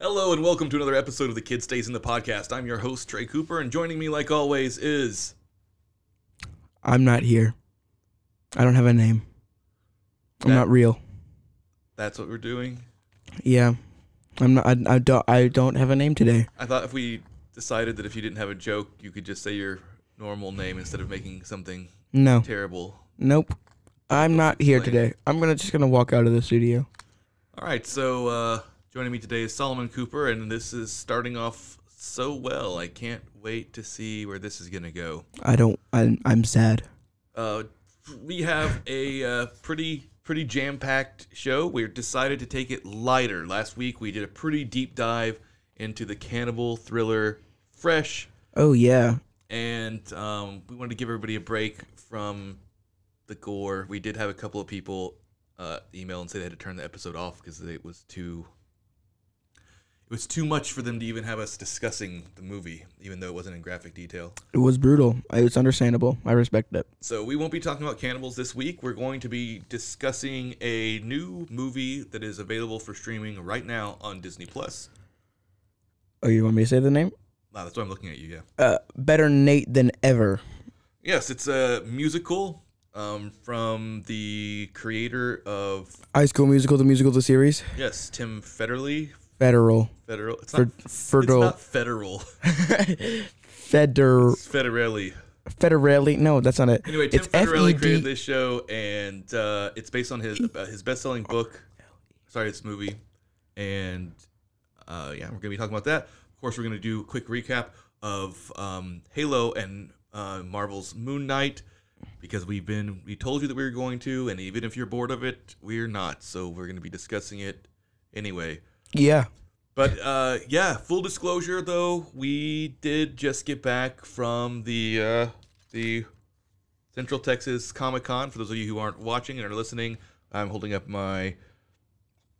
Hello and welcome to another episode of the Kid Stays in the Podcast. I'm your host, Trey Cooper, and joining me, like always, is I'm not here. I don't have a name. I'm That- not real. that's what we're doing. Yeah. I'm not I, I don't I don't have a name today. I thought if we decided that if you didn't have a joke, you could just say your normal name instead of making something No. terrible. Nope. I'm not here Explain. today. I'm going to just going to walk out of the studio. All right, so uh, joining me today is Solomon Cooper, and this is starting off so well. I can't wait to see where this is going to go. I don't I I'm sad. Uh, we have a uh, pretty pretty jam packed show. We decided to take it lighter. Last week we did a pretty deep dive into the cannibal thriller Fresh, Oh yeah. and um, we wanted to give everybody a break from the gore. We did have a couple of people uh, email and say they had to turn the episode off because it was too. It was too much for them to even have us discussing the movie, even though it wasn't in graphic detail. It was brutal. It was understandable. I respect it. So we won't be talking about cannibals this week. We're going to be discussing a new movie that is available for streaming right now on Disney Plus. Oh, you want me to say the name? Wow, that's why I'm looking at you. Yeah. Uh Better Nate than ever. Yes, it's a musical um, from the creator of High School Musical the musical the series. yes, Tim Federle. Federal. Federal. It's Fer- not. federal. It's not federal. Feder It's Federelli. Federelli. No, that's not it. Anyway, Tim it's E Federelli F-E-D- created this show, and uh, it's based on his uh, his best selling book. Sorry, it's a movie, and uh, yeah, we're gonna be talking about that. Of course, we're gonna do a quick recap of um, Halo and uh, Marvel's Moon Knight because we've been we told you that we were going to, and even if you're bored of it, we're not. So we're gonna be discussing it anyway. Yeah. But uh, yeah, full disclosure though, we did just get back from the uh, the Central Texas Comic Con. For those of you who aren't watching and are listening, I'm holding up my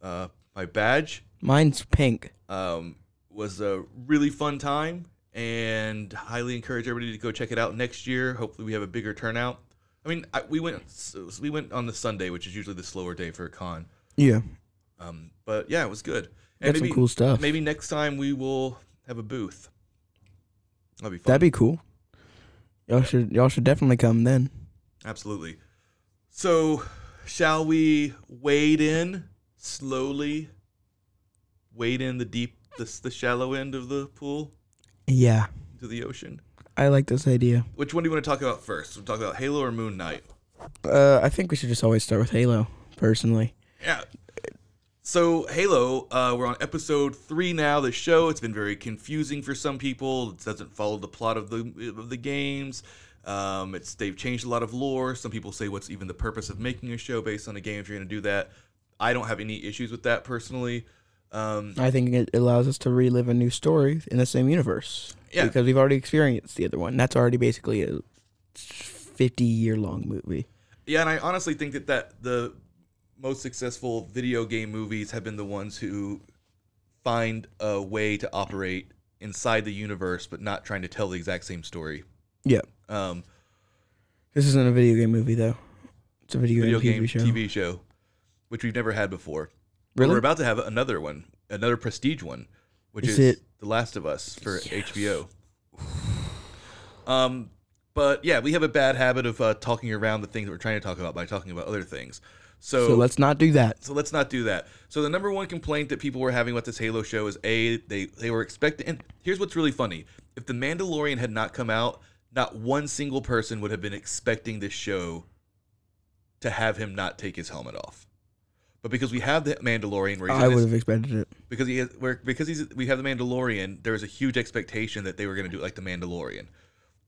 uh, my badge. Mine's pink. Um, was a really fun time, and highly encourage everybody to go check it out next year. Hopefully, we have a bigger turnout. I mean, I, we went so we went on the Sunday, which is usually the slower day for a con. Yeah. Um, but yeah, it was good. Got some cool stuff. Maybe next time we will have a booth. That'd be fun. That'd be cool. Y'all should y'all should definitely come then. Absolutely. So, shall we wade in slowly? Wade in the deep, the, the shallow end of the pool Yeah. to the ocean. I like this idea. Which one do you want to talk about first? We'll talk about Halo or Moon Knight. Uh, I think we should just always start with Halo, personally. Yeah. So Halo, uh, we're on episode three now. The show it's been very confusing for some people. It doesn't follow the plot of the of the games. Um, it's they've changed a lot of lore. Some people say what's even the purpose of making a show based on a game if you're going to do that. I don't have any issues with that personally. Um, I think it allows us to relive a new story in the same universe. Yeah. Because we've already experienced the other one. That's already basically a fifty year long movie. yeah, and I honestly think that that the most successful video game movies have been the ones who find a way to operate inside the universe, but not trying to tell the exact same story. Yeah. Um, This isn't a video game movie though. It's a video, video game, game TV show. TV show, which we've never had before. But Really? We're about to have another one, another prestige one, which is, Is it- The Last of Us for HBO. Um, but yeah, we have a bad habit of uh, talking around the things that we're trying to talk about by talking about other things. So, so let's not do that. so let's not do that. So the number one complaint that people were having about this Halo show is a they they were expecting. And here's what's really funny: if the Mandalorian had not come out, not one single person would have been expecting this show to have him not take his helmet off. But because we have the Mandalorian, where he's in I this- would have expected it. because he has, where because he's we have the Mandalorian. There was a huge expectation that they were going to do it like the Mandalorian.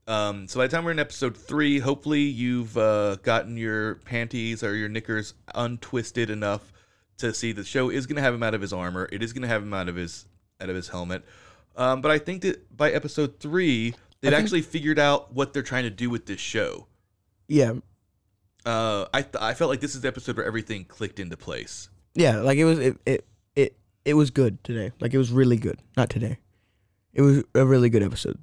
Um, so by the time we're in episode three, hopefully you've uh, gotten your panties or your knickers untwisted enough to see the show is going to have him out of his armor. It is going to have him out of his out of his helmet. Um, but I think that by episode three, they'd think- actually figured out what they're trying to do with this show. Yeah, Uh, I th- I felt like this is the episode where everything clicked into place. yeah. Like it was it it it, it was good today. Like it was really good. Not today. It was a really good episode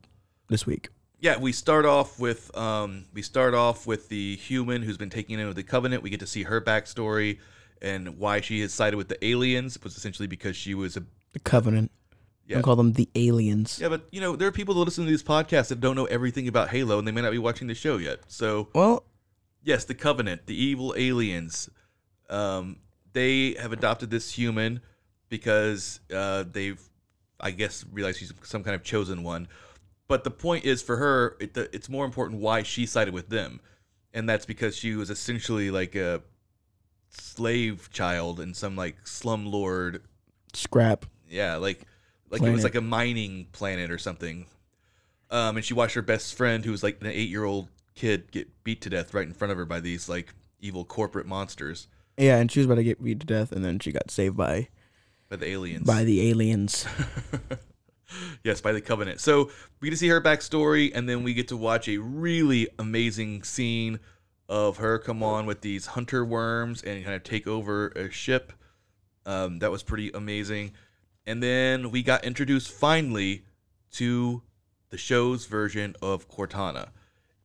this week. yeah, we start off with um, we start off with the human who's been taken into the covenant. We get to see her backstory and why she has sided with the aliens was essentially because she was a The Covenant. Yeah. Yeah. call them the aliens. yeah. But you know, there are people that listen to these podcasts that don't know everything about Halo, and they may not be watching the show yet. So Well, yes, the covenant, the evil aliens, um, they have adopted this human because uh, they've, I guess, realized she's some kind of chosen one. But the point is, for her, it, the, it's more important why she sided with them, and that's because she was essentially like a slave child in some like slumlord, scrap. yeah, like like it was Planet. like a mining planet or something. Um, and she watched her best friend, who was like an eight-year-old kid, get beat to death right in front of her by these like evil corporate monsters, Yeah, and she was about to get beat to death, and then she got saved by by the aliens. by the aliens. yes, by the Covenant. So we get to see her backstory, and then we get to watch a really amazing scene of her come on with these hunter worms and kind of take over a ship. Um, that was pretty amazing. And then we got introduced finally to the show's version of Cortana.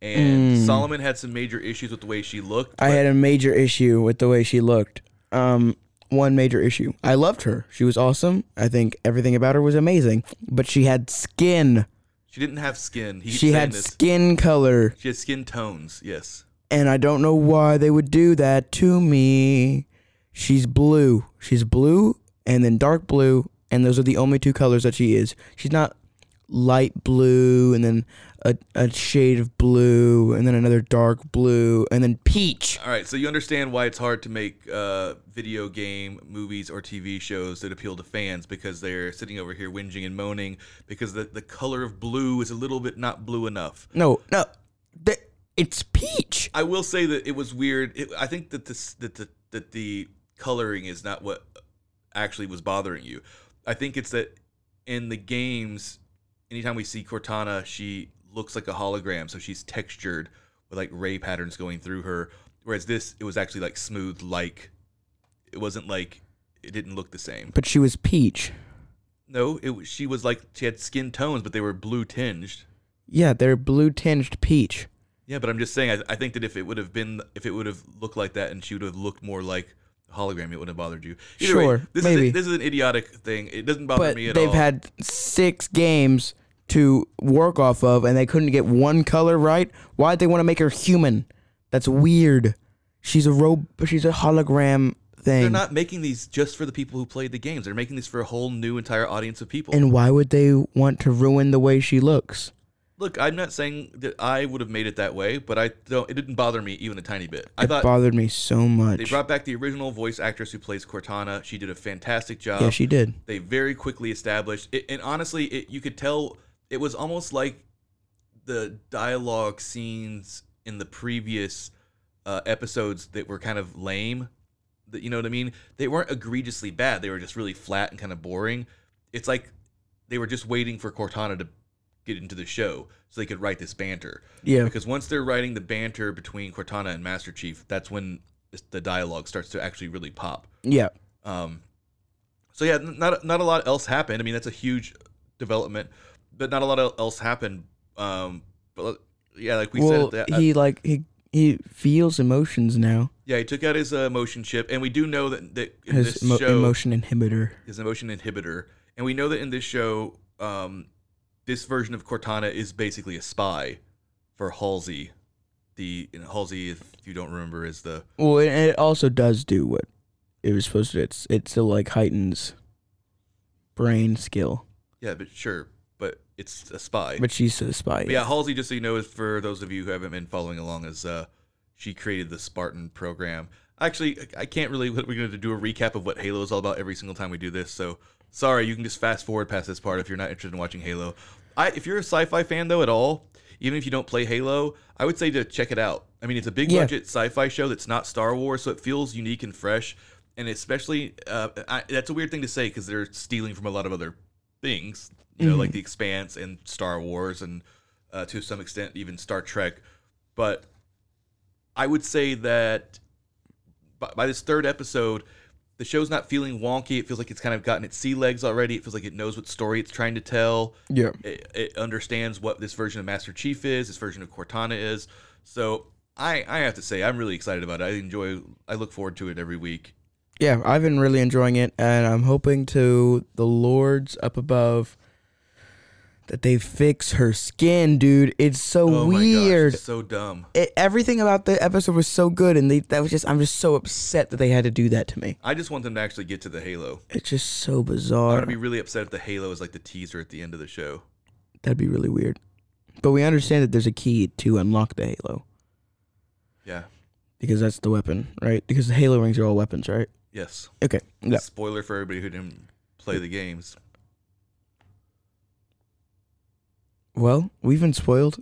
And Mm. Solomon had some major issues with the way she looked. I but- had a major issue with the way she looked. Um, one major issue. I loved her. She was awesome. I think everything about her was amazing. But she had skin. she didn't have skin. He keeps she saying had this. skin color, She had skin tones. Yes. and I don't know why they would do that to me. She's blue. She's blue, and then dark blue, and those are the only two colors that she is. She's not light blue, and then a, a shade of blue, and then another dark blue, and then peach. All right, so you understand why it's hard to make uh, video game movies or TV shows that appeal to fans because they're sitting over here whinging and moaning because the, the color of blue is a little bit not blue enough. No, no, th- it's peach. I will say that it was weird. It, I think that this that the that the coloring is not what actually was bothering you. I think it's that in the games, anytime we see Cortana, she looks like a hologram, so she's textured with like ray patterns going through her. Whereas this, it was actually like smooth, like it wasn't like it didn't look the same. But she was peach. No, it was she was like she had skin tones, but they were blue tinged. Yeah, they're blue tinged peach. Yeah, but I'm just saying. I, I think that if it would have been, if it would have looked like that, and she would have looked more like a hologram, it wouldn't have bothered you. Either way, Sure, this Is maybe. a, this is an idiotic thing. It doesn't bother But me at they've all. had six games to work off of, and they couldn't get one color right. Why'd they want to make her human? That's weird. She's a robe. She's a hologram They're thing. not making these just for the people who played the games. They're making these for a whole new entire audience of people. and why would they want to ruin the way she looks? Look, I'm not saying that I would have made it that way, but I don't. It didn't bother me even a tiny bit. I It thought bothered me so they much. brought back the original voice actress who plays Cortana. She did a fantastic job. Yeah, she did. they very quickly established it, and honestly it, you could tell it was almost like the dialogue scenes in the previous uh, episodes that were kind of lame that you know what i mean they weren't egregiously bad they were just really flat and kind of boring it's like they were just waiting for cortana to get into the show so they could write this banter Yeah. because once they're writing the banter between cortana and master chief that's when the dialogue starts to actually really pop Yeah. um, so yeah, n- not not a lot else happened. I mean, that's a huge development, but not a lot el- else happened. Um, but yeah, like we well, said, uh, that, he like he he feels emotions now. yeah, he took out his uh, emotion chip, and we do know that that in His this emo- show emotion inhibitor. is an emotion inhibitor, and we know that in this show, um, this version of Cortana is basically a spy for Halsey. The and Halsey, if you don't remember, is the Well, and it also does do what it was supposed to. It's it still like heightens brain skill, yeah, but sure, but it's a spy. but she's a spy. But yeah, Halsey, just so you know, is for those of you who haven't been following along, is uh, she created the Spartan program. Actually, I- I can't really. We're going to do a recap of what Halo is all about every single time we do this. So sorry, you can just fast forward past this part if you're not interested in watching Halo. I, if you're a sci-fi fan though at all, even if you don't play Halo, I would say to check it out. I mean, it's a big Yeah. budget sci-fi show that's not Star Wars, so it feels unique and fresh. And especially, uh, I, that's a weird thing to say because they're stealing from a lot of other things, you know, like The Expanse and Star Wars, and uh, to some extent even Star Trek. But I would say that by, by this third episode, the show's not feeling wonky. It feels like it's kind of gotten its sea legs already. It feels like it knows what story it's trying to tell. Yeah. It, it understands what this version of Master Chief is, this version of Cortana is. So I, I have to say, I'm really excited about it. I enjoy. I look forward to it every week. Yeah, I've been really enjoying it, and I'm hoping to the Lords up above that they fix her skin, dude. It's so Oh my weird. gosh, it's so dumb. It, everything about the episode was so good, and they, that was just I'm just so upset that they had to do that to me. I just want them to actually get to the Halo. It's just so I'm bizarre. gonna be really upset if the Halo is like the teaser at the end of the show. That'd be really weird. But we understand that there's a key to unlock the Halo Yeah. because that's the weapon, right? Because the Halo rings are all weapons, right? Yes. Okay. Yeah. Spoiler for everybody who didn't play the games. Well, we've been spoiled.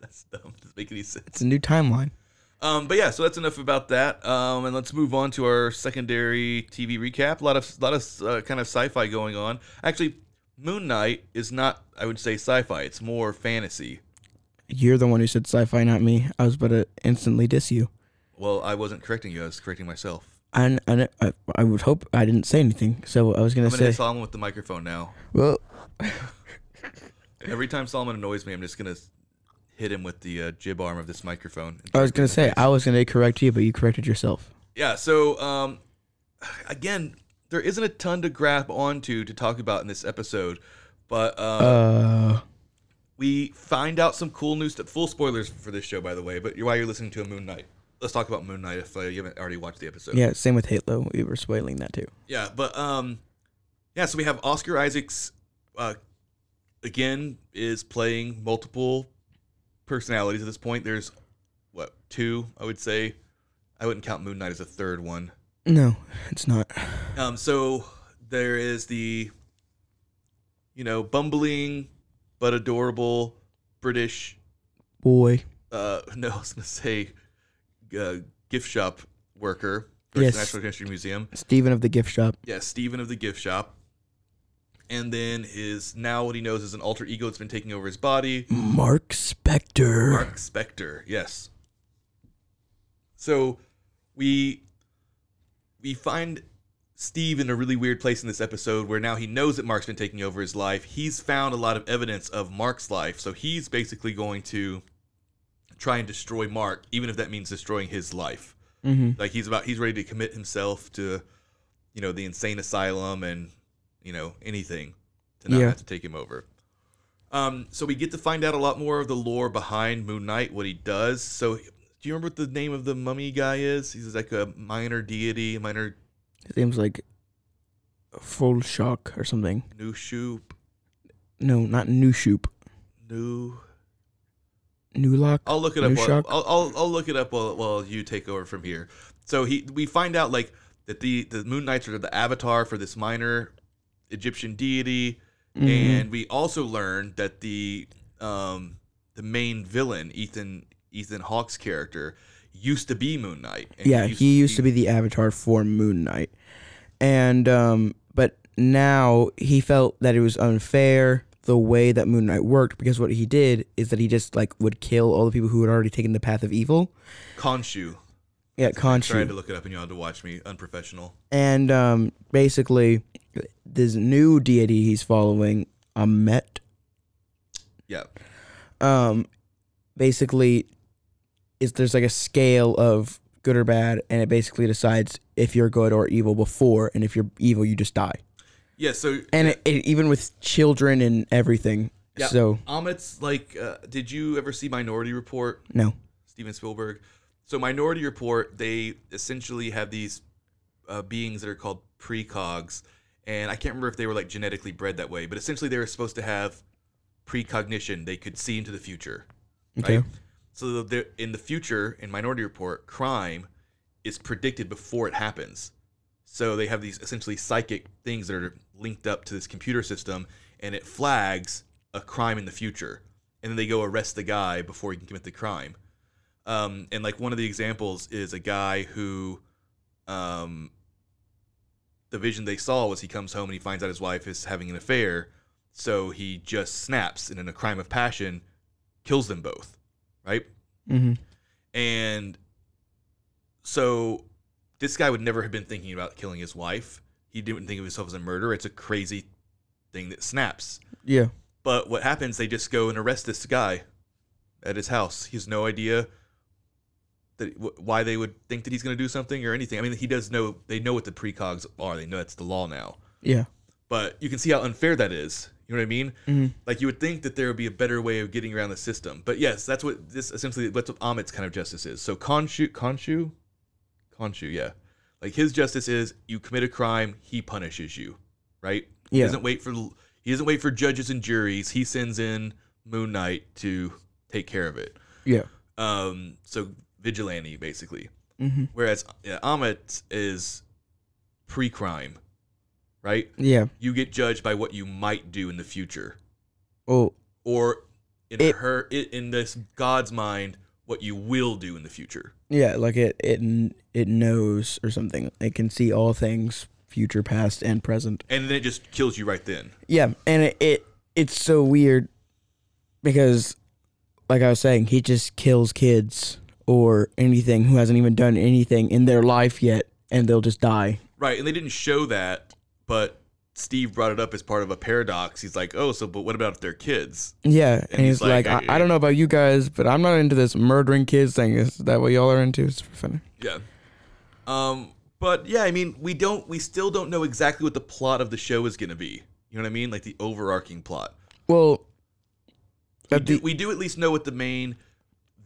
That's dumb. Doesn't make any sense. It's a new timeline. Um, but yeah, so that's enough about that. Um, and let's move on to our secondary TV recap. A lot of lot of uh, kind of sci-fi going on. Actually, Moon Knight is not, I would say, sci-fi. It's more fantasy. You're the one who said sci-fi, not me. I was about to instantly diss you. Well, I wasn't correcting you. I was correcting myself. I, I, I- I would hope I didn't say anything. So I was gonna I'm gonna say, hit Solomon with the microphone now. well, Every time Solomon annoys me, I'm just gonna hit him with the uh, jib arm of this microphone. I was gonna say I was gonna correct you, but you corrected yourself. yeah so um again there isn't a ton to grab onto to talk about in this episode but um, Uh, we find out some cool new stuff full spoilers for this show by the way but while you're listening to a moon knight let's talk about moon knight if uh, you haven't already watched the episode yeah. Same with Halo. We were spoiling that too. yeah, but um, yeah. So we have Oscar Isaacs, uh, again is playing multiple personalities at this point. There's what two? I would say. I wouldn't count Moon Knight as a third one. No, it's not. Um, so there is the, you know, bumbling but adorable British. Boy, Uh, no, I was gonna say, uh, gift shop worker for Yes. the National History Museum. Steven of the gift shop. Yeah, Steven of the gift shop. And then his now what he knows is an alter ego that's been taking over his body, Mark Spector. Mark Spector. Yes. So we we find Steve in a really weird place in this episode where now he knows that Mark's been taking over his life. He's found a lot of evidence of Mark's life, so he's basically going to try and destroy Mark, even if that means destroying his life. Mm-hmm. like he's about he's ready to commit himself to you know the insane asylum and you know anything to not Yeah. have to take him over um so we get to find out a lot more of the lore behind moon knight what he does so do you remember what the name of the mummy guy is he's like a minor deity minor His name's like Full Shock or something. new shoop No, not New Shoop. new New Lock. I'll look it up. While, Nushuk? I'll, I'll I'll look it up while, while you take over from here. So he we find out like that the the Moon Knights are the avatar for this minor Egyptian deity, Mm-hmm. and we also learn that the um the main villain Ethan Ethan Hawke's character used to be Moon Knight. And yeah, he used to be the avatar for Moon Knight. And um but now he felt that it was unfair the way that Moon Knight worked because what he did is that he just like would kill all the people who had already taken the path of evil. Khonshu. Yeah, Tried to Khonshu. look it up and you had to watch me unprofessional. And um basically this new deity he's following, Amet, Yeah. um basically is there's like a scale of good or bad and it basically decides if you're good or evil before and if you're evil you just die. Yeah, so and it, it, even with children and everything. Yeah. So Amit's like uh, did you ever see Minority Report? no, Steven Spielberg. So Minority Report, they essentially have these uh, beings that are called precogs, and I can't remember if they were like genetically bred that way, but essentially they were supposed to have precognition. They could see into the future. Okay. Right? So they're- in the future, in Minority Report, crime is predicted before it happens. So they have these essentially psychic things that are linked up to this computer system, and it flags a crime in the future. and then they go arrest the guy before he can commit the crime. Um, and like one of the examples is a guy who, um, the vision they saw was he comes home and he finds out his wife is having an affair, so he just snaps and in a crime of passion, kills them both, right? Mm-hmm. And so this guy would never have been thinking about killing his wife. He didn't think of himself as a murderer. It's a crazy thing that snaps. Yeah. But what happens, they just go and arrest this guy at his house. He has no idea that wh- why they would think that he's going to do something or anything. I mean, he does know, they know what the precogs are. They know that's the law now. Yeah. But you can see how unfair that is. You know what I mean? Mhm. Like you would think that there would be a better way of getting around the system, but yes, that's what this essentially that's what Amit's kind of justice is. So Khonshu, Khonshu, Khonshu, yeah, like his justice is you commit a crime, he punishes you, right? He Yeah. doesn't wait for he doesn't wait for judges and juries. He sends in Moon Knight to take care of it. Yeah. Um, so vigilante basically. Mm-hmm. Whereas yeah, Amit is pre-crime, right? Yeah. You get judged by what you might do in the future Oh, or in It- her it, in this God's mind what you will do in the future. yeah. Like it, it, kn- it knows or something. It can see all things, future, past, and present. And then it just kills you right then. Yeah, and it, it it's so weird because, like I was saying, he just kills kids or anything who hasn't even done anything in their life yet, and they'll just die. Right. And they didn't show that, but Steve brought it up as part of a paradox. He's like, "Oh, so but what about their kids?" Yeah, and, he's, he's like, like, I, I don't know about you guys, but I'm not into this murdering kids thing. Is that what y'all are into? It's funny. Yeah. Um but yeah, I mean, we don't we still don't know exactly what the plot of the show is going to be. You know what I mean? Like the overarching plot. Well, we at the- do, we do at least know what the main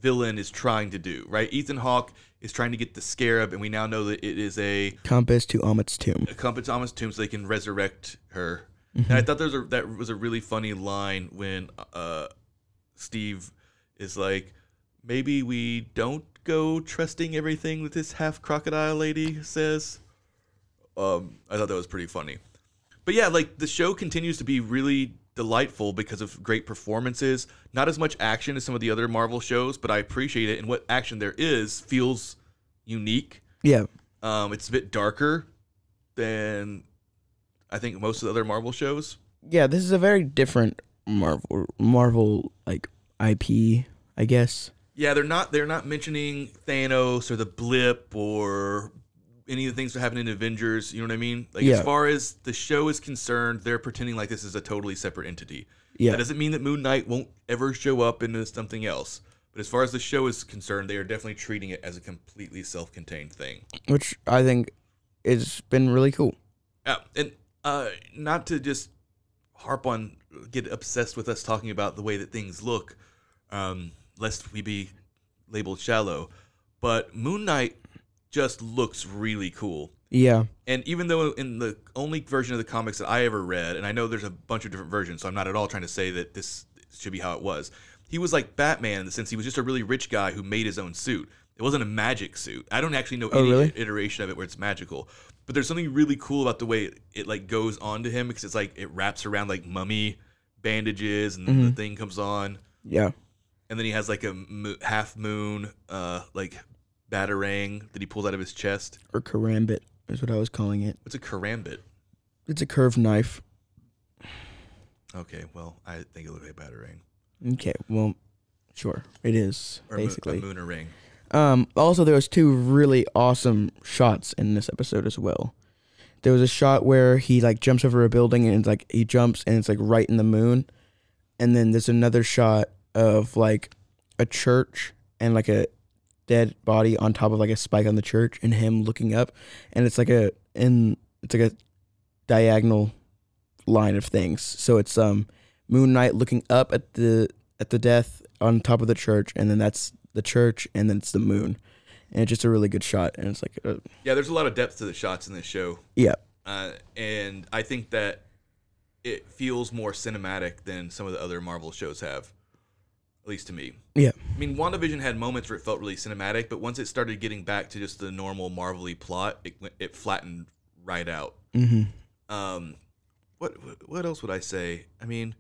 villain is trying to do, right? Ethan Hawke is trying to get the scarab, and we now know that it is a, compass to Amit's tomb. a compass on his tomb so they can resurrect her. And I thought there's a that was a really funny line when uh, Steve is like, maybe we don't go trusting everything that this half crocodile lady says. Um, I thought that was pretty funny. But yeah, like the show continues to be really delightful because of great performances. Not as much action as some of the other Marvel shows, but I appreciate it. And what action there is feels unique. Yeah, Um, it's a bit darker than I think most of the other Marvel shows. yeah. This is a very different Marvel Marvel like IP, I guess. Yeah, they're not they're not mentioning Thanos or the blip or any of the things that happened in Avengers. You know what I mean? Like Yeah. as far as the show is concerned, they're pretending like this is a totally separate entity. Yeah. That doesn't mean that Moon Knight won't ever show up into something else. But as far as the show is concerned, they are definitely treating it as a completely self-contained thing. which I think has been really cool. Yeah, and uh, not to just harp on, get obsessed with us talking about the way that things look, um, lest we be labeled shallow. But Moon Knight just looks really cool. Yeah, And even though in the only version of the comics that I ever read, and I know there's a bunch of different versions, so I'm not at all trying to say that this should be how it was. He was like Batman in the sense he was just a really rich guy who made his own suit. It wasn't a magic suit. I don't actually know any really? iteration of it where it's magical. But there's something really cool about the way it, it like goes on to him because it's like it wraps around like mummy bandages and the thing comes on. yeah, And then he has like a mo- half moon uh like batarang that he pulls out of his chest. or karambit is what I was calling it. What's a karambit? It's a curved knife. Okay, well, I think it looked like a batarang. Okay, well, sure, it is Or basically. a moon, a mooner ring. Um, also, there was two really awesome shots in this episode as well. There was a shot where he like jumps over a building and it's like he jumps and it's like right in the moon, and then there's another shot of like a church and like a dead body on top of like a spike on the church and him looking up, and it's like a in it's like a diagonal line of things. So it's um Moon Knight looking up at the at the death on top of the church, and then that's the church, and then it's the moon, and it's just a really good shot. And it's like, uh, Yeah, there's a lot of depth to the shots in this show, yeah, uh, and I think that it feels more cinematic than some of the other Marvel shows have, at least to me. yeah, I mean, WandaVision had moments where it felt really cinematic, but once it started getting back to just the normal Marvel-y plot, it, went- it flattened right out. mm-hmm. Um, what what else would I say? I mean,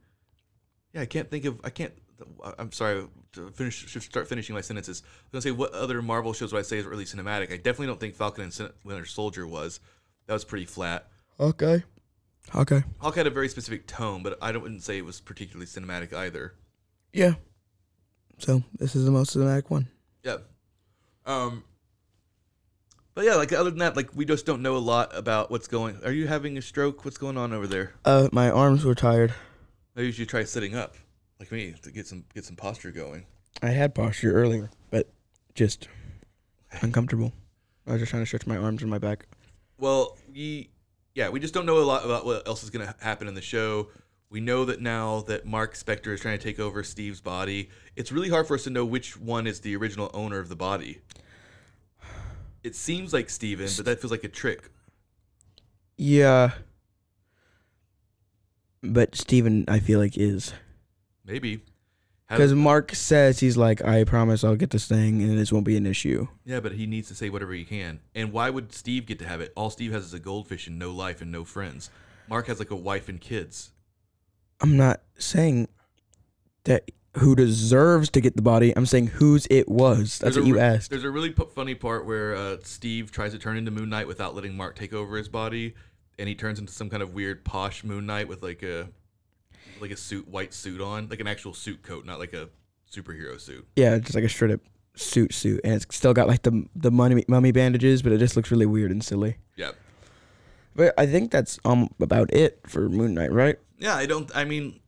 yeah, I can't think of I can't the- I'm sorry. To finish, should start finishing my sentences. I'm gonna say what other Marvel shows would I say is really cinematic. I definitely don't think Falcon and Sin- Winter Soldier was. That was pretty flat. Okay. Okay. Hawk had a very specific tone, but I don't- wouldn't say it was particularly cinematic either. Yeah. So this is the most cinematic one. Yeah. Um. But yeah, like other than that, like we just don't know a lot about what's going. Are you having a stroke? What's going on over there? Uh, my arms were tired. Maybe you should try sitting up, like me, to get some get some posture going. I had posture earlier, but just uncomfortable. I was just trying to stretch my arms and my back. Well, we yeah, we just don't know a lot about what else is going to happen in the show. We know that now that Mark Spector is trying to take over Steve's body, it's really hard for us to know which one is the original owner of the body. It seems like Steven, but that feels like a trick. Yeah. But Steven, I feel like is Maybe. How because Mark says he's like, I promise I'll get this thing and this won't be an issue. yeah, but he needs to say whatever he can. And why would Steve get to have it? All Steve has is a goldfish and no life and no friends. Mark has like a wife and kids. I'm not saying that who deserves to get the body. I'm saying whose it was. That's There's a what you re- asked. There's a really p- funny part where uh, Steve tries to turn into Moon Knight without letting Mark take over his body, and he turns into some kind of weird posh Moon Knight with like a like a suit, white suit on, like an actual suit coat, not like a superhero suit. Yeah, just like a straight up suit suit, and it's still got like the the mummy mummy bandages, but it just looks really weird and silly. Yeah, But I think that's um about it for Moon Knight, right? yeah. I don't. I mean,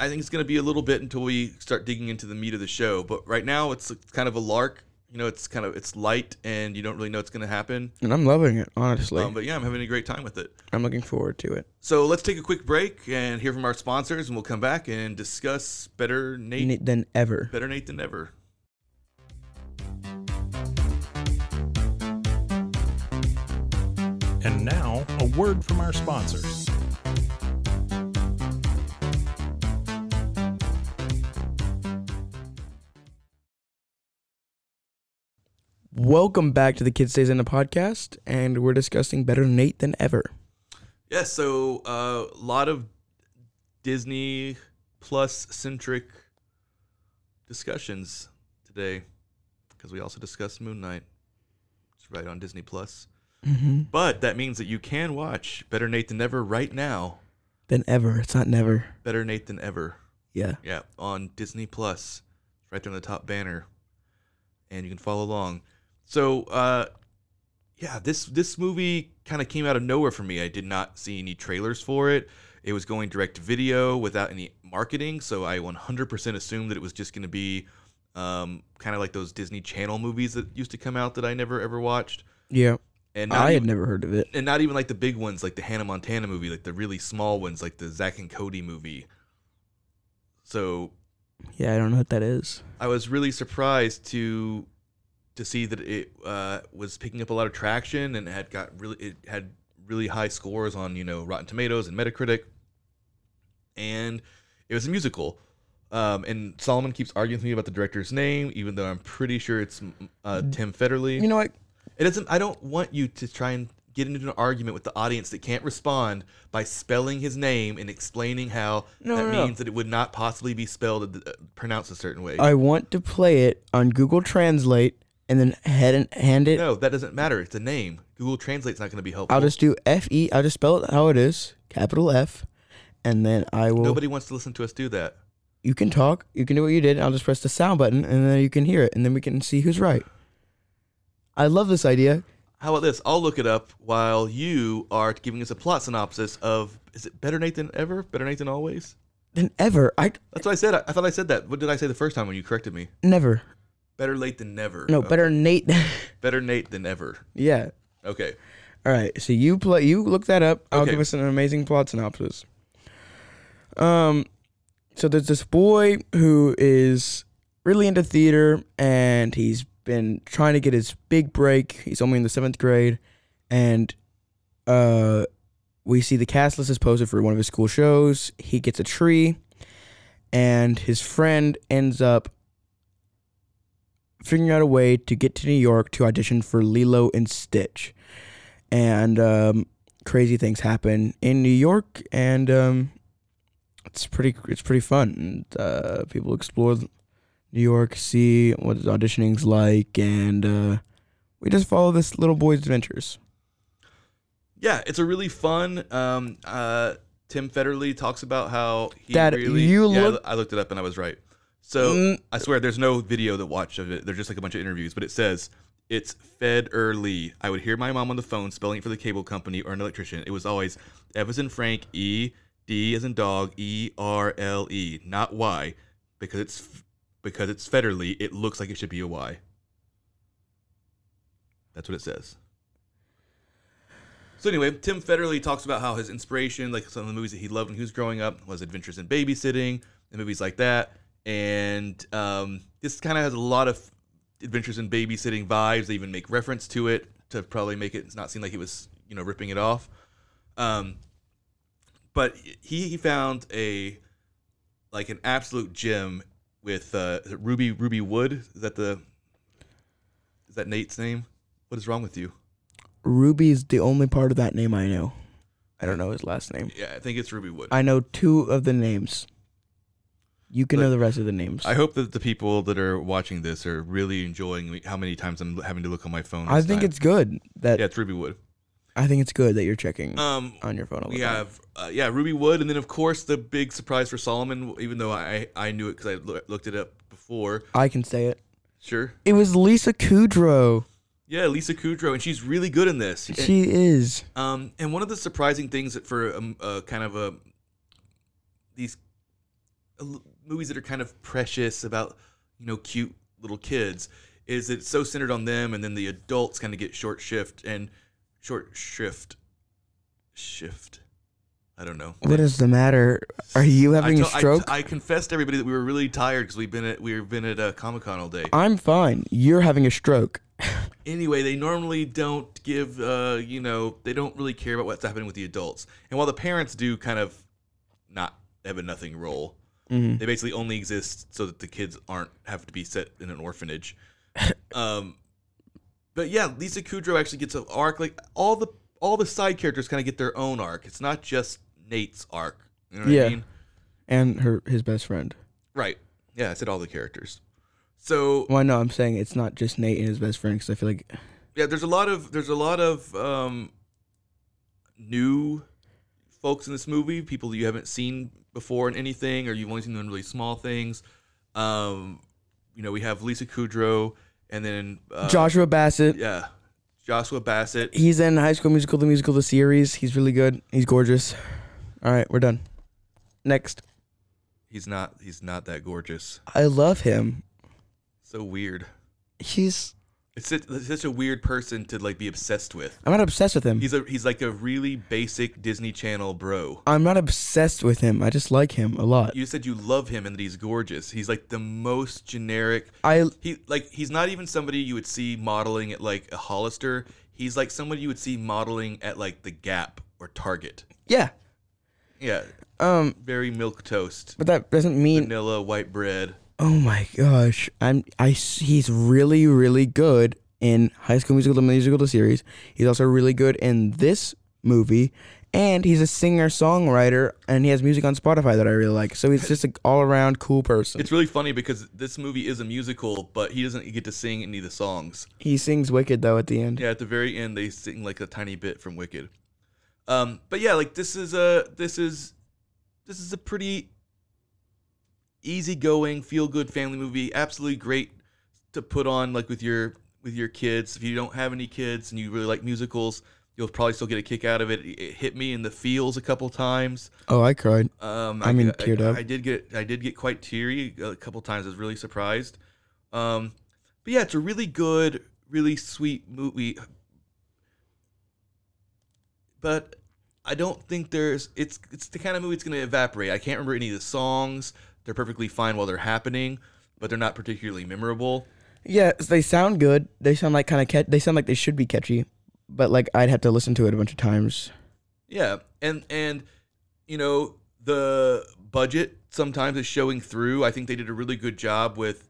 I think it's gonna be a little bit until we start digging into the meat of the show. But right now, it's kind of a lark. You know, it's kind of it's light, and you don't really know what's gonna happen. And I'm loving it, honestly. Um, but yeah, I'm having a great time with it. I'm looking forward to it. So let's take a quick break and hear from our sponsors, and we'll come back and discuss Better Nate. Ne- Than ever. Better Nate than never. And now, a word from our sponsors. Welcome back to the Kid Stays in the podcast, and we're discussing Better Nate Than Ever. Yeah, so uh, a lot of Disney plus centric discussions today because we also discussed Moon Knight. It's right on Disney Plus. But that means that you can watch Better Nate than Ever right now. Than ever. It's not never. Better Nate than Ever. Yeah. Yeah, on Disney Plus, right there on the top banner, and you can follow along. So, uh, yeah, this this movie kind of came out of nowhere for me. I did not see any trailers for it. It was going direct to video without any marketing, so I 100% assumed that it was just going to be um, kind of like those Disney Channel movies that used to come out that I never ever watched, Yeah. and not I even, had never heard of it. and not even like the big ones like the Hannah Montana movie, like the really small ones like the Zach and Cody movie. So Yeah, I don't know what that is. I was really surprised to to see that it uh, was picking up a lot of traction and had got really it had really high scores on you know Rotten Tomatoes and Metacritic, and it was a musical. Um, and Solomon keeps arguing with me about the director's name, even though I'm pretty sure it's uh, Tim Federle. Mm-hmm. You know what? It doesn't. I don't want you to try and get into an argument with the audience that can't respond by spelling his name and explaining how No, that no, no. means that it would not possibly be spelled uh, pronounced a certain way. I want to play it on Google Translate and then head and hand it. No, that doesn't matter. It's a name. Google Translate's not going to be helpful. I'll just do F E. I'll just spell it how it is, capital F, and then I will. Nobody wants to listen to us do that. you can talk. You can do what you did. I'll just press the sound button, and then you can hear it, and then we can see who's right. I love this idea. How about this? I'll look it up while you are giving us a plot synopsis of is it better Nate than ever? Better Nate than always? Than ever. I That's what I said. I, I thought I said that. What did I say the first time when you corrected me? never. Better late than never. No, Okay. better Nate. Better Nate than ever. yeah. Okay. All right. So you play. You look that up. I'll Okay. give us an amazing plot synopsis. Um, so there's this boy who is really into theater, and he's been trying to get his big break. He's only in the seventh grade, and uh, we see the cast list is posted for one of his school shows. He gets a tree, and his friend ends up figuring out a way to get to New York to audition for Lilo and Stitch and um, crazy things happen in New York, and um, it's pretty it's pretty fun. And, uh, people explore New York, see what the auditioning's like, and uh, we just follow this little boy's adventures. Yeah, it's a really fun. Um, uh, Tim Federle talks about how he Dad, really. you yeah, I look- loo- I looked it up and I was right. So Mm. I swear, there's no video that watch of it. They're just like a bunch of interviews, but it says it's Federle. I would hear my mom on the phone spelling it for the cable company or an electrician. It was always F as in Frank, E D as in dog, E R L E, not Y, because it's f- because it's Federle. It looks like it should be a Y. That's what it says. So anyway, Tim Federle talks about how his inspiration, like some of the movies that he loved when he was growing up, was Adventures in Babysitting and movies like that. And um, this kind of has a lot of Adventures in Babysitting vibes. They even make reference to it to probably make it not seem like he was, you know, ripping it off. Um, but he, he found a like an absolute gem with uh, is it Ruby Ruby Wood. Is that the is that Nate's name? What is wrong with you? Ruby is the only part of that name I know. I don't know his last name. Yeah, I think it's Ruby Wood. I know two of the names. You can Look, know the rest of the names. I hope that the people that are watching this are really enjoying me- how many times I'm having to look on my phone. I this think time. it's good that yeah, it's Ruby Wood. I think it's good that you're checking Um, on your phone. All the we time. have uh, yeah Ruby Wood, and then of course the big surprise for Solomon. Even though I I knew it because I loo- looked it up before. I can say it. Sure. It was Lisa Kudrow. Yeah, Lisa Kudrow, and she's really good in this. And- She is. Um, and one of the surprising things that for um, uh, kind of a these l- movies that are kind of precious about you know cute little kids is it's so centered on them, and then the adults kind of get short shift and short shrift shift. I don't know. What is the matter? Are you I having a to- I- stroke? I, confessed to everybody that we were really tired because we've been at we've been at uh, Comic Con all day. I'm fine. You're having a stroke. anyway, they normally don't give, uh, you know, they don't really care about what's happening with the adults. And while the parents do kind of not have a nothing role, Mm-hmm. they basically only exist so that the kids aren't have to be set in an orphanage. um, but yeah, Lisa Kudrow actually gets an arc. Like all the all the side characters kind of get their own arc. It's not just Nate's arc. You know what Yeah. I mean? And her his best friend. Right. Yeah, I said all the characters. So Well, no, I'm saying it's not just Nate and his best friend because I feel like yeah there's a lot of there's a lot of um new folks in this movie people you haven't seen before in anything or you've only seen them in really small things um you know we have lisa kudrow and then uh, Joshua Bassett. yeah joshua bassett He's in High School Musical, the musical, the series. He's really good. He's gorgeous. All right, we're done. Next, he's not he's not that gorgeous I love him. so weird He's. it's such, it's such a weird person to like be obsessed with I'm not obsessed with him. he's a he's like a really basic disney channel bro I'm not obsessed with him. I just like him a lot. you said you love him and that he's gorgeous he's like the most generic I he like he's not even somebody you would see modeling at like a Hollister. He's like somebody you would see modeling at like the Gap or Target. yeah. Yeah, Um, very milk toast, but that doesn't mean. vanilla white bread. Oh my gosh, I'm I. s- He's really really good in High School Musical, the musical, the series. He's also really good in this movie, and he's a singer songwriter, and he has music on Spotify that I really like. So he's just an all around cool person. It's really funny because this movie is a musical, but he doesn't get to sing any of the songs. he sings Wicked though at the end. Yeah, at the very end they sing like a tiny bit from Wicked. Um, but yeah, like this is a this is this is a pretty easygoing, feel good family movie. Absolutely great to put on like with your with your kids. If you don't have any kids and you really like musicals, you'll probably still get a kick out of it. It hit me in the feels a couple times. Oh, I cried. Um, I mean, I, teared up. I did get I did get quite teary a couple times. I was really surprised. Um, but yeah, it's a really good, really sweet movie. But I don't think there's it's it's the kind of movie that's going to evaporate. I can't remember any of the songs. They're perfectly fine while they're happening, but they're not particularly memorable. Yeah, s- they sound good. They sound like kind of catch. They sound like they should be catchy, but like I'd have to listen to it a bunch of times. Yeah, and and you know the budget sometimes is showing through. I think they did a really good job with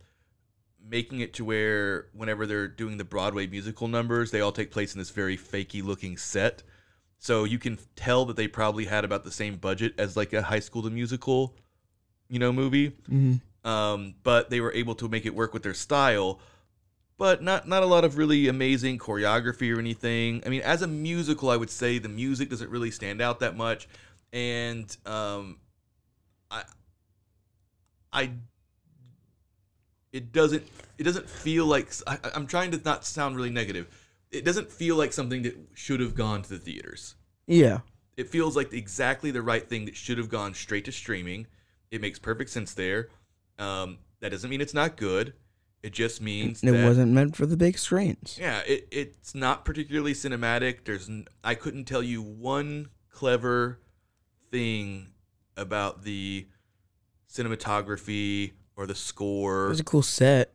making it to where whenever they're doing the Broadway musical numbers, they all take place in this very fakey looking set. So you can tell that they probably had about the same budget as like a High School to Musical, you know, movie. Um, but they were able to make it work with their style, but not not a lot of really amazing choreography or anything. I mean, as a musical, I would say the music doesn't really stand out that much, and um, I I it doesn't it doesn't feel like I, I'm trying to not sound really negative. It doesn't feel like something that should have gone to the theaters. Yeah. It feels like exactly the right thing that should have gone straight to streaming. It makes perfect sense there. Um, that doesn't mean it's not good. It just means And it that, wasn't meant for the big screens. Yeah, it, it's not particularly cinematic. There's n- I couldn't tell you one clever thing about the cinematography or the It score. was a cool set.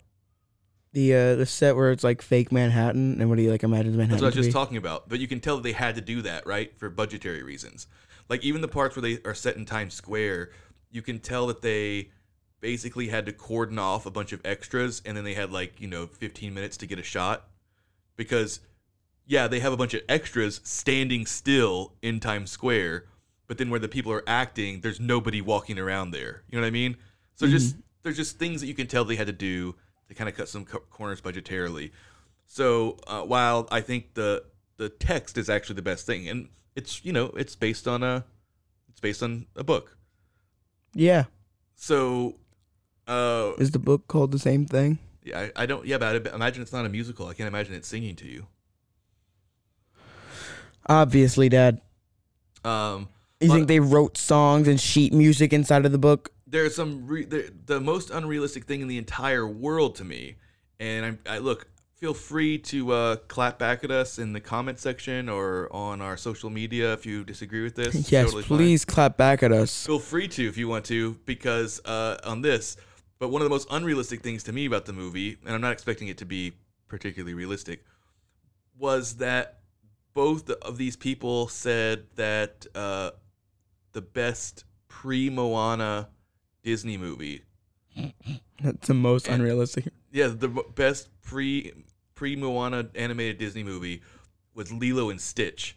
The uh, the set where it's like fake Manhattan and what he like imagines Manhattan. That's what I was to just be. talking about. But you can tell that they had to do that, right, for budgetary reasons. Like even the parts where they are set in Times Square, you can tell that they basically had to cordon off a bunch of extras, and then they had like you know 15 minutes to get a shot, because yeah, they have a bunch of extras standing still in Times Square, but then where the people are acting, there's nobody walking around there. You know what I mean? So just Mm-hmm. there's just things that you can tell they had to do to kind of cut some co- corners budgetarily. So uh, while I think the the text is actually the best thing, and it's you know it's based on a it's based on a book. Yeah. So uh, Is the book called the same thing? yeah, I, I don't yeah, but I imagine it's not a musical. I can't imagine it singing to you. Obviously, Dad. Um, You But- think they wrote songs and sheet music inside of the book? there's some re- the, the most unrealistic thing in the entire world to me and I'm, i look feel free to uh, clap back at us in the comment section or on our social media if you disagree with this It's Yes, totally fine. please clap back at us. feel free to if you want to because uh, on this but one of the most unrealistic things to me about the movie and i'm not expecting it to be particularly realistic was that both of these people said that uh, the best pre-moana disney movie That's the most unrealistic. yeah, the b- best pre pre Moana animated Disney movie was Lilo and Stitch.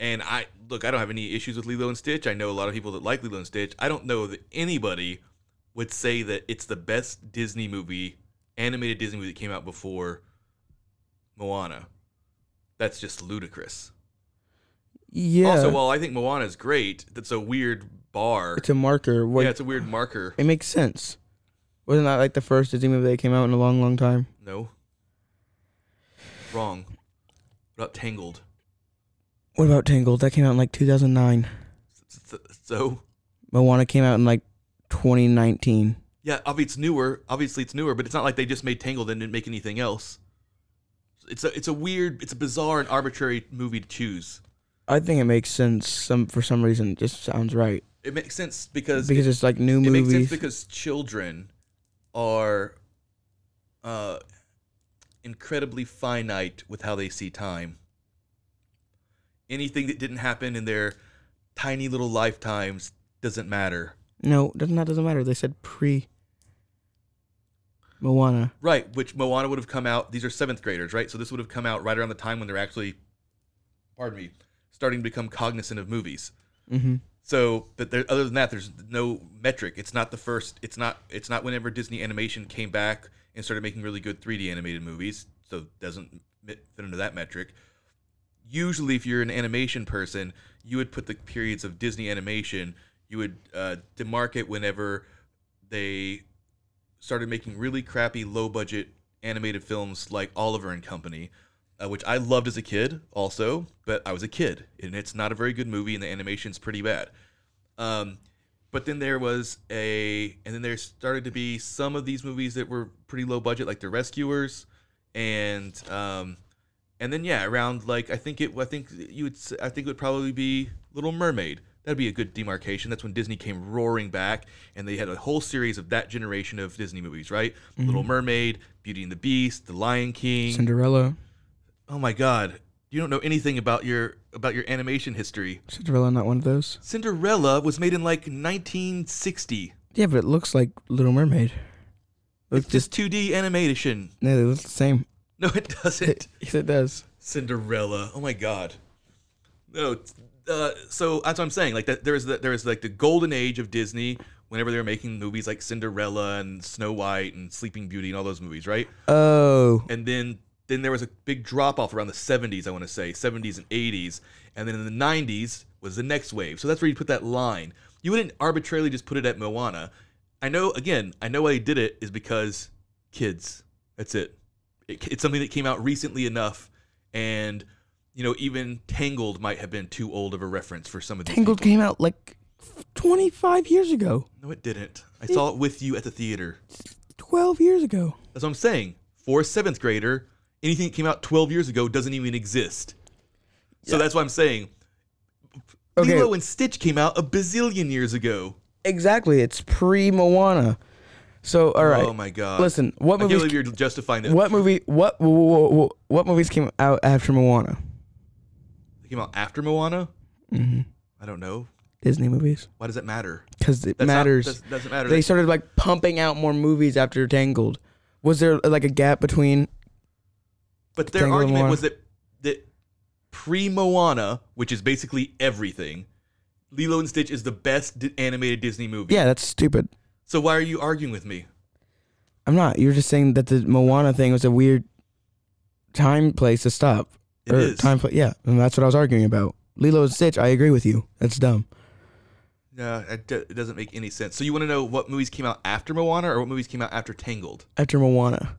And I look, I don't have any issues with Lilo and Stitch. I know a lot of people that like Lilo and Stitch. I don't know that anybody would say that it's the best Disney movie, animated Disney movie that came out before Moana. That's just ludicrous. Yeah. Also, while I think Moana is great, that's a weird bar. it's a marker. What, yeah, it's a weird marker. it makes sense. Wasn't that like the first Disney movie that came out in a long, long time? No. Wrong. What about Tangled? What about Tangled? That came out in like 2009. So Moana came out in like 2019. yeah, obviously it's newer. Obviously it's newer, but it's not like they just made Tangled and didn't make anything else. It's a it's a weird, it's a bizarre and arbitrary movie to choose. I think it makes sense. Some for some reason, it just sounds right It makes sense because because it, it's like new it makes sense movies. because children are uh, incredibly finite with how they see time. Anything that didn't happen in their tiny little lifetimes doesn't matter. no, doesn't that doesn't matter? They said pre Moana. Right, which Moana would have come out. These are seventh graders, right? So this would have come out right around the time when they're actually, pardon me, starting to become cognizant of movies. hmm So, but there, other than that, there's no metric. It's not the first. It's not. It's not whenever Disney Animation came back and started making really good 3D animated movies. So it doesn't fit into that metric. Usually, if you're an animation person, you would put the periods of Disney animation. You would uh, demarcate whenever they started making really crappy, low budget animated films like Oliver and Company, uh, which I loved as a kid, also, but I was a kid, and it's not a very good movie, and the animation's pretty bad. Um, but then there was a, and then there started to be some of these movies that were pretty low budget, like The Rescuers, and um, and then yeah, around like I think it, I think you would, s- I think it would probably be Little Mermaid. That'd be a good demarcation. That's when Disney came roaring back, and they had a whole series of that generation of Disney movies, right? Little Mermaid, Beauty and the Beast, The Lion King. Cinderella. Oh my god. You don't know anything about your about your animation history. Cinderella, not one of those. Cinderella was made in like 1960. Yeah, but it looks like Little Mermaid. Looks It's just just 2D animation. no, they look the same. No, it doesn't. yes, it does. Cinderella. Oh my god. No, t- uh, so that's what I'm saying. Like that, there is the, there is like the golden age of Disney whenever they were making movies like Cinderella and Snow White and Sleeping Beauty and all those movies, right? Oh, and then then there was a big drop off around the 70s i want to say 70s and 80s and then in the 90s was the next wave so that's where you put that line you wouldn't arbitrarily just put it at moana i know again i know why they did it is because kids that's it, it it's something that came out recently enough and you know even tangled might have been too old of a reference for some of these Tangled came out like 25 years ago, people. no it didn't i saw it with you at the theater 12 years ago. that's what i'm saying for a seventh grader anything that came out 12 years ago doesn't even exist so that's why i'm saying Okay, Lilo and Stitch came out a bazillion years ago. exactly. It's pre Moana. So, all right. Oh my god! Listen, what I can't movies- believe you're justifying that. What movie? What whoa, whoa, whoa, what movies came out after Moana? It came out after Moana? I don't know. Mm-hmm. Disney movies, Why does that matter? because it That's not- matters. that's- doesn't matter. They That- started like pumping out more movies after Tangled. Was there like a gap between? but their Tangled and argument Moana. was that that pre Moana, which is basically everything, Lilo and Stitch is the best di- animated Disney movie. Yeah, that's stupid. So why are you arguing with me? I'm not. You're just saying that the Moana thing was a weird time place to stop. It is. time pla- Yeah, and that's what I was arguing about. Lilo and Stitch. I agree with you. That's dumb. No, it, do- it doesn't make any sense. So you want to know what movies came out after Moana or what movies came out after Tangled? After Moana,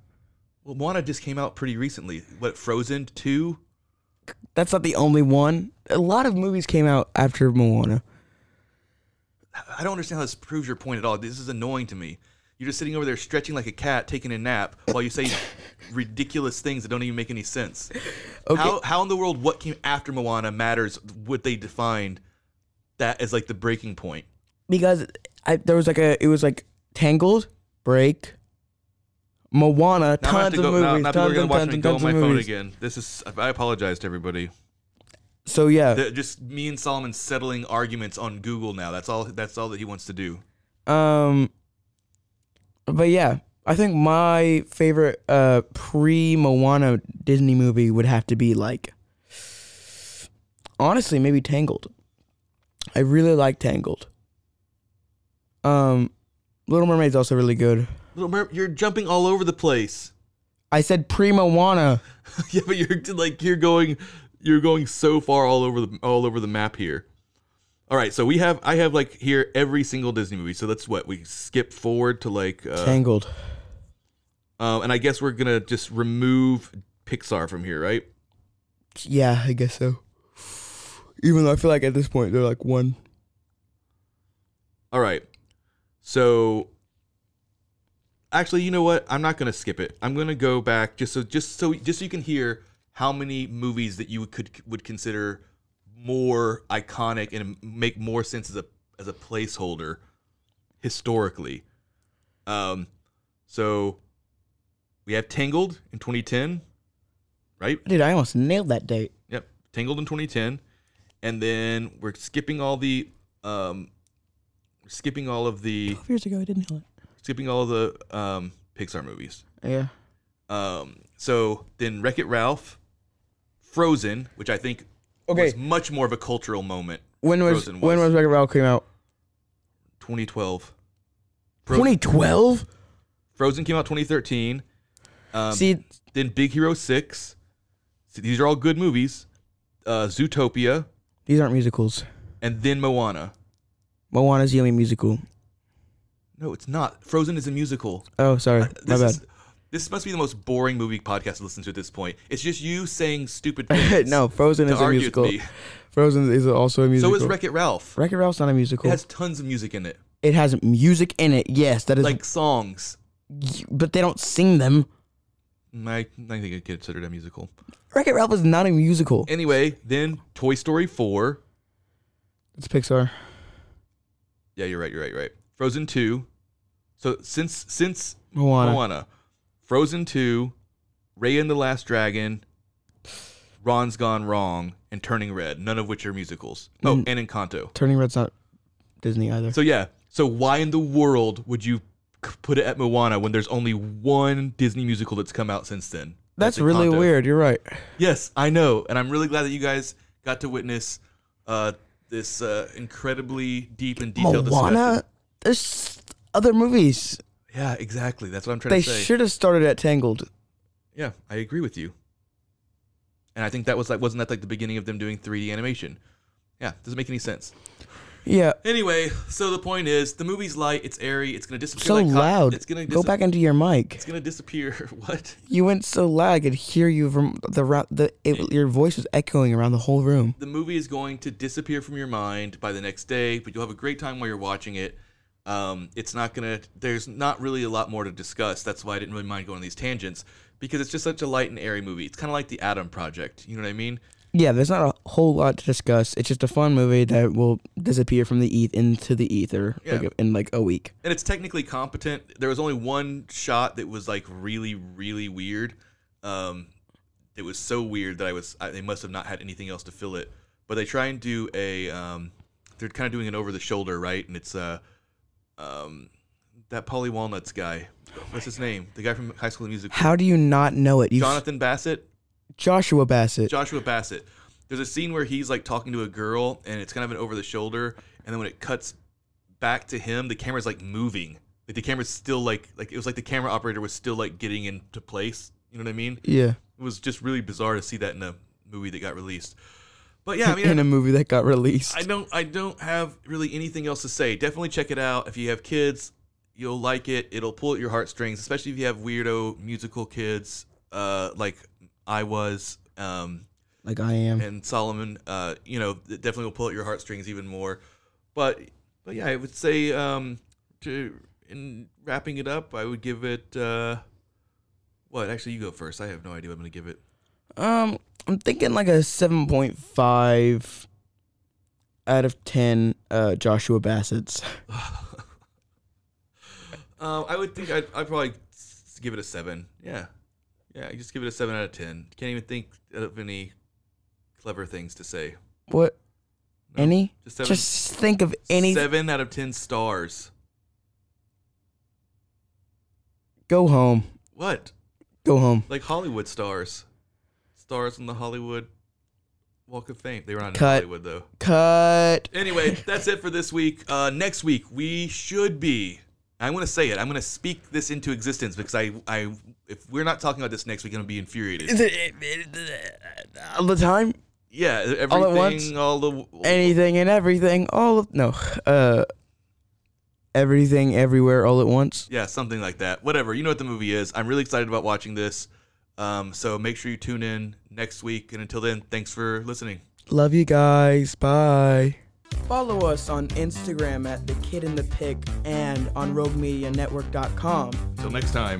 Well, Moana just came out pretty recently. What Frozen two? that's not the only one. A lot of movies came out after Moana. I don't understand how this proves your point at all. This is annoying to me. You're just sitting over there stretching like a cat, taking a nap, while you say ridiculous things that don't even make any sense. Okay. How, how in the world what came after Moana matters? What they defined that as like the breaking point. because I, there was like a it was like Tangled, Break, Moana, Now I'm gonna have tons to of go. now- movies, now people are tons gonna and watch tons me and go tons on of my phone movies. again. This is. I apologize to everybody. So yeah, Th- just me and Solomon settling arguments on Google now. That's all. That's all that he wants to do. um, but yeah, I think my favorite uh pre Moana Disney movie would have to be like, honestly, maybe Tangled. I really like Tangled. Um, Little Mermaid's also really good. Little Mer- you're jumping all over the place. I said pre Moana. yeah, but you're like you're going you're going so far all over the all over the map here. All right, so we have I have like here every single Disney movie. So that's what we skip forward to like uh, Tangled. um and I guess we're going to just remove Pixar from here, right? Yeah, I guess so. Even though I feel like at this point they're like one. All right. So actually, you know what? I'm not going to skip it. I'm going to go back just so just so just so you can hear how many movies that you could would consider more iconic and make more sense as a as a placeholder historically. Um so we have Tangled in 2010, right? Dude, I almost nailed that date. Yep, Tangled in 2010, and then we're skipping all the um, skipping all of the Twelve years ago, I didn't nail it. skipping all of the um, Pixar movies. Yeah. Um, so then Wreck It Ralph, Frozen, which I think Okay. was much more of a cultural moment. When was Frozen when was Wreck-It Ralph came out? 2012? Frozen, 2012. Frozen came out 2013. Um, See, then Big Hero Six. See, these are all good movies. Uh, Zootopia, these aren't musicals. and then Moana. Moana's the only musical. No, it's not. Frozen is a musical. Oh, sorry, my Uh, This bad. is- this must be the most boring movie podcast to listen to at this point. It's just you saying stupid things. no, Frozen to is a argue musical. With me. Frozen is also a So musical. is Wreck It Ralph. Wreck-It Ralph's not a It musical. has tons of music in it, It has music in it. Yes, that is. like songs. Mm, but they don't sing them. I, I think I consider that musical. Wreck-It Ralph is not a musical. Anyway, then Toy Story 4. It's Pixar. Yeah, you're right. You're right. You're right. Frozen 2. So since since Moana. Moana, Frozen 2, Ray and the Last Dragon, Ron's Gone Wrong, and Turning Red. None of which are musicals. Oh, Mm. and Encanto. Turning Red's not Disney either. So yeah. So why in the world would you c- put it at Moana when there's only one Disney musical that's come out since then? That's really Encanto. weird. You're right. Yes, I know, and I'm really glad that you guys got to witness uh, this uh, incredibly deep and detailed Moana. There's other movies. discussion. Yeah, exactly. That's what I'm trying They to say. should have started at Tangled. Yeah, I agree with you. And I think that was like wasn't that like the beginning of them doing 3D animation? Yeah, doesn't make any sense. Yeah. Anyway, so the point is, the movie's light, it's airy, it's gonna disappear. So like hot- loud. It's gonna Go dis- back into your mic. It's gonna disappear. what? You went so loud I could hear you from the route. The it, your voice was echoing around the whole room. The movie is going to disappear from your mind by the next day, but you'll have a great time while you're watching it. Um, it's not gonna. There's not really a lot more to discuss. That's why I didn't really mind going on these tangents because it's just such a light and airy movie. It's kind of like the Adam Project. You know what I mean? Yeah, there's not a whole lot to discuss. It's just a fun movie that will disappear from the eth into the ether Yeah. like, in like a week. and it's technically competent. There was only one shot that was like really, really weird. Um, it was so weird that I was I, they must have not had anything else to fill it. But they try and do a um, they're kind of doing an over the shoulder, right? And it's uh, um, that Polly Walnuts guy. What's his name? The guy from High School Musical. How do you not know it? You Jonathan Bassett. Joshua Bassett. Joshua Bassett. There's a scene where he's like talking to a girl, and it's kind of an over the shoulder, and then when it cuts back to him, the camera's like moving. Like the camera's still like like it was like the camera operator was still like getting into place. You know what I mean? yeah, It was just really bizarre to see that in a movie that got released. But yeah, I mean, in a movie that got released. I don't I don't have really anything else to say. Definitely check it out. If you have kids, you'll like it. It'll pull at your heartstrings, especially if you have weirdo musical kids, uh, like I was. Um, like I am. and Solomon, uh, you know, it definitely will pull at your heartstrings even more. But but yeah, I would say um, to in wrapping it up, I would give it. Uh, what actually, you go first. I have no idea. What I'm going to give it. Um, I'm thinking like a seven point five out of ten. Uh, Joshua Bassett's. Um, I would think I'd, I'd probably s- give it a seven. Yeah, yeah. I just give it a seven out of ten. Can't even think of any clever things to say. What? No, any? just seven. Just think of any. seven out of ten stars. Go home. What? Go home. like Hollywood stars, stars on the Hollywood Walk of Fame. They were not Cut. in Hollywood though. Cut. Anyway, that's it for this week. Uh, next week we should be. I'm gonna say it. I'm gonna speak this into existence because I, I, if we're not talking about this next week, I'm gonna be infuriated. Is it- it- it- uh, all the time? Yeah, e-, everything, All all, at once? the. Anything and everything. All of no. Uh, everything, everywhere, all at once. Yeah, something like that. Whatever. You know what the movie is. I'm really excited about watching this. Um, so make sure you tune in next week. And until then, thanks for listening. Love you guys. Bye. Follow us on Instagram at the Kid in the Pick and on RogueMediaNetwork.com. Till next time.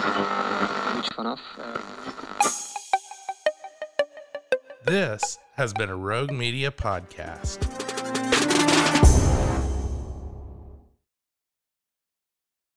Goed vanaf. eh. This has been a Rogue Media podcast.